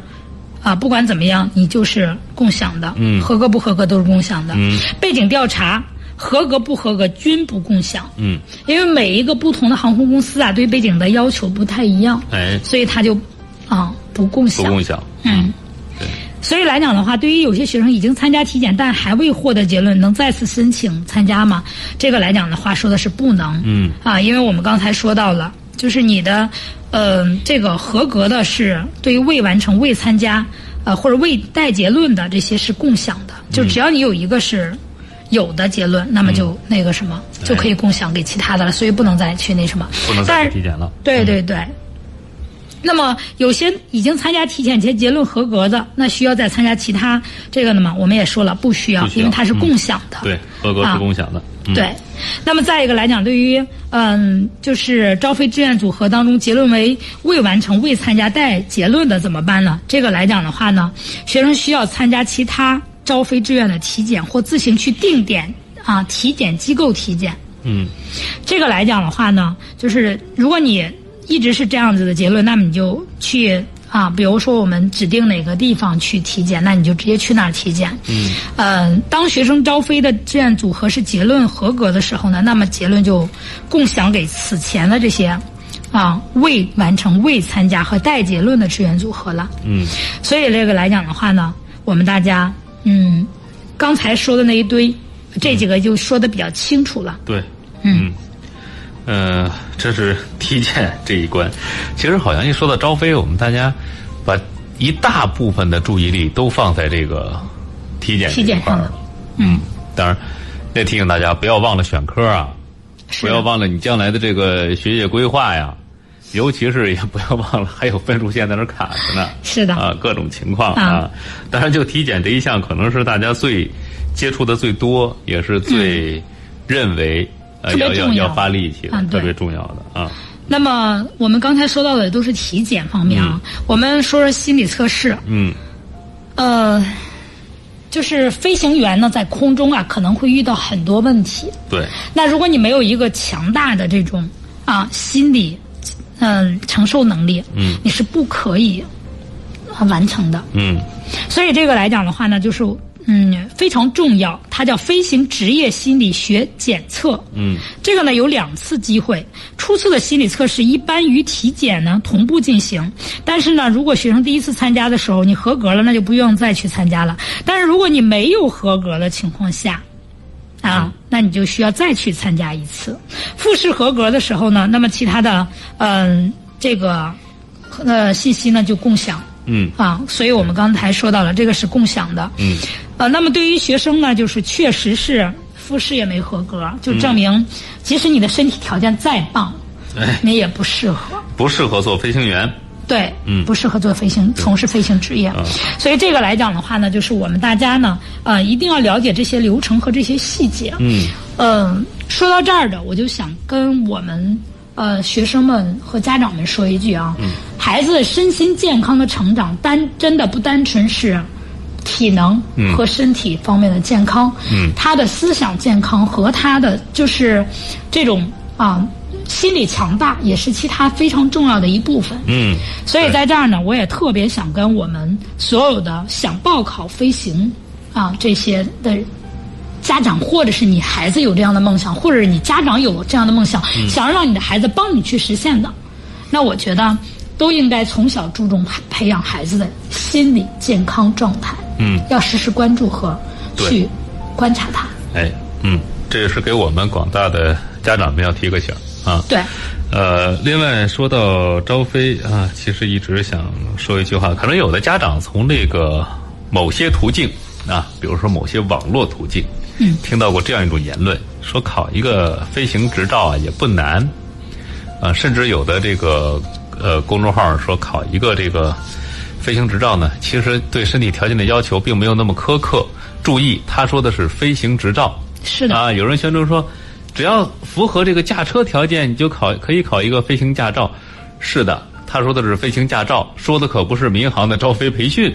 啊，不管怎么样，你就是共享的，
嗯
合格不合格都是共享的。
嗯
背景调查合格不合格均不共享，
嗯，
因为每一个不同的航空公司啊，对背景的要求不太一样，
哎，
所以它就啊不共
不
享。
共享，
嗯，
对，
所以来讲的话，对于有些学生已经参加体检但还未获得结论，能再次申请参加吗？这个来讲的话，说的是不能。
嗯
啊，因为我们刚才说到了，就是你的，呃，这个合格的是对于未完成、未参加，呃，或者未带结论的这些是共享的，
嗯
就只要你有一个是有的结论，那么就那个什么、就可以共享给其他的了，所以不能再去那什么。
不能
但
再
是
去体检了。嗯
对对对。那么有些已经参加体检结结论合格的，那需要再参加其他这个呢嘛？我们也说了，不需要，
不需要嗯
因为它是共享的。
对，合格是
啊
共享的。嗯，
对，那么再一个来讲，对于嗯，就是招飞志愿组合当中结论为未完成、未参加带结论的怎么办呢？这个来讲的话呢，学生需要参加其他招飞志愿的体检或自行去定点啊体检机构体检。
嗯，
这个来讲的话呢，就是如果你一直是这样子的结论，那么你就去啊，比如说我们指定哪个地方去体检，那你就直接去那儿体检。嗯，呃，当学生招飞的志愿组合是结论合格的时候呢，那么结论就共享给此前的这些啊未完成、未参加和待结论的志愿组合了。
嗯，
所以这个来讲的话呢，我们大家嗯，刚才说的那一堆，这几个就说的比较清楚了。
对，嗯，呃，这是 [LAUGHS] 体检这一关。其实好像一说到招飞，我们大家把一大部分的注意力都放在这个体检这
体
一
检
块
上
儿
了
了。嗯，当然，也提醒大家不要忘了选科啊，
是
不
的
要忘了你将来的这个学业规划呀，尤其是也 [LAUGHS] 不要忘了还有分数线在那儿卡着呢。
是的
啊，各种情况
啊
啊。当然，就体检这一项，可能是大家最接触的最多，也是最认为、呃
嗯特别
要要
重要
要发力气的，
嗯
特
对
别重要的啊。
那么我们刚才说到的都是体检方面啊，我们说说心理测试。
嗯，
呃，就是飞行员呢在空中啊可能会遇到很多问题。
对，
那如果你没有一个强大的这种啊心理嗯、承受能力，
嗯
你是不可以啊完成的。
嗯，
所以这个来讲的话呢，就是嗯非常重要，它叫飞行职业心理学检测。
嗯，
这个呢有两次机会，初次的心理测试一般与体检呢同步进行，但是呢，如果学生第一次参加的时候你合格了，那就不用再去参加了。但是如果你没有合格的情况下，啊，那你就需要再去参加一次。复试合格的时候呢，那么其他的嗯、这个呃信息呢就共享。
嗯，
啊，所以我们刚才说到了，这个是共享的。
嗯，
呃，那么对于学生呢，就是确实是复试也没合格，就
嗯
证明即使你的身体条件再棒，
哎
你也不适合。
不适合做飞行员。
对，
嗯啊
不适合做飞行，从事飞行职业。所以这个来讲的话呢，就是我们大家呢，呃，一定要了解这些流程和这些细节。
嗯，
嗯，说到这儿的，我就想跟我们呃学生们和家长们说一句啊，
嗯
孩子身心健康的成长，单真的不单纯是体能
嗯
和身体方面的健康，嗯，他的思想健康和他的就是这种啊。心理强大也是其他非常重要的一部分。
嗯，
所以在这儿呢，我也特别想跟我们所有的想报考飞行啊这些的家长，或者是你孩子有这样的梦想，或者是你家长有这样的梦想，
嗯
想让你的孩子帮你去实现的，那我觉得都应该从小注重培培养孩子的心理健康状态。
嗯，
要时时关注和
对
去观察他。
哎，嗯，这也是给我们广大的家长们要提个醒儿啊。
对，
呃，另外说到招飞啊，其实一直想说一句话，可能有的家长从这个某些途径啊，比如说某些网络途径，
嗯，
听到过这样一种言论，说考一个飞行执照啊也不难，啊，甚至有的这个呃公众号说考一个这个飞行执照呢，其实对身体条件的要求并没有那么苛刻。注意，他说的是飞行执照，
是的，
啊，有人宣称说，只要符合这个驾车条件，你就考可以考一个飞行驾照。是的，他说的是飞行驾照，说的可不是民航的 [LAUGHS] 招飞培训，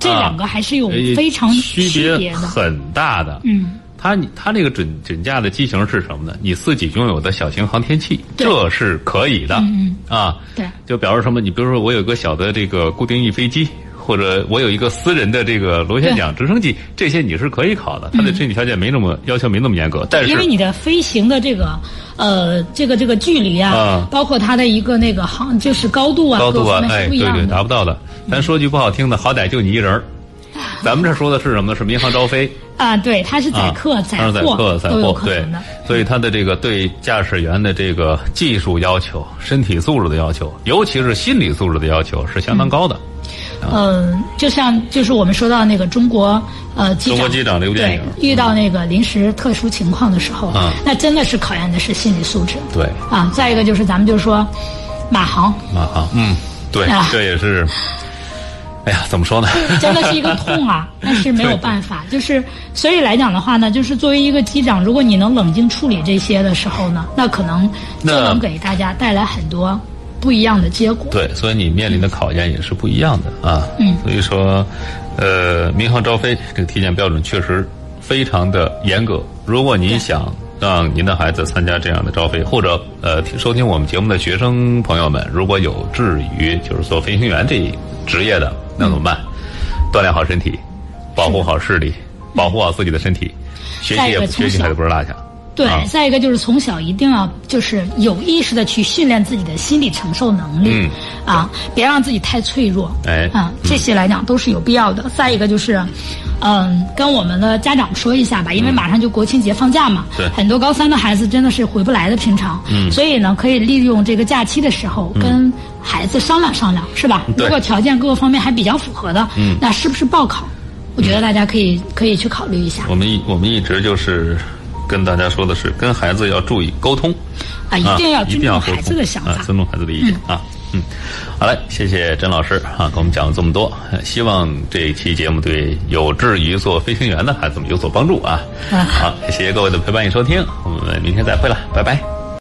这两个还是有
呃
哦非常
区
别
别
的。
很大的。
嗯，
它你它这个准准驾的机型是什么呢？你自己拥有的小型航天器，
对
这是可以的。
嗯
啊，
对
就表示什么？你比如说，我有一个小的这个固定翼飞机，或者我有一个私人的这个螺旋桨直升机，这些你是可以考的。它对身体条件没那么要求，没那么严格。但是
嗯因为你的飞行的这个呃这个这个距离啊，
啊
包括它的一个那个航就是高度
[LAUGHS]
啊，
高
各
度啊
方，面
哎，
是不一
对
样
对，
的。嗯 [LAUGHS]
达不到的。咱说句不好听的，好歹就你一人儿，咱们这说的是什么呢？是民航招飞。
啊，对，它是载客、
啊它
载
是载
货
客、载
都有
货，
可
对
能的。，
所以它的这个对驾驶员的这个技术要求、身体素质的要求，尤其是心理素质的要求是相当高的。啊
嗯，就像就是我们说到那个中国呃机长，
中国机长这部电影
对遇到那个临时特殊情况的时候，
嗯
那真的是考验的是心理素质。
对
啊，再一个就是咱们就说马航，
马航，嗯，对，
啊
这也是，哎呀，怎么说呢？
真的是一个痛啊，但是没有办法，就是所以来讲的话呢，就是作为一个机长，如果你能冷静处理这些的时候呢，那可能就
那
能给大家带来很多不一样的结果。
对，所以你面临的考验也是不一样的啊。
嗯
所以说，呃，民航招飞这个体检标准确实非常的严格。如果你想让您的孩子参加这样的招飞，或者呃听收听我们节目的学生朋友们，如果有志于就是做飞行员这一职业的，那怎么办？
嗯
锻炼好身体，保护好视力，保护好自己的身体，学习
再一
也
个
学习
从小
还得不是落下。
对
啊，
再一个就是从小一定要就是有意识的去训练自己的心理承受能力，
嗯
啊，别让自己太脆弱，
哎
啊，这些来讲都是有必要的。再一个就是，嗯，跟我们的家长说一下吧，因为马上就国庆节放假嘛，
嗯对
很多高三的孩子真的是回不来的，平常，嗯，所以呢，可以利用这个假期的时候跟孩子商量商量，是吧？
嗯对
如果条件各个方面还比较符合的，嗯，那是不是报考？我觉得大家可以可以去考虑一下。
我们一我们一直就是跟大家说的是，跟孩子要注意沟通
啊一定要
啊
尊重孩子的想法
一定要沟通啊，尊重孩子的意见、啊。嗯，好嘞，谢谢甄老师啊，给我们讲了这么多，呃希望这一期节目对有志于做飞行员的孩子们有所帮助啊。
啊
好，谢谢各位的陪伴与收听，我们明天再会了，拜拜。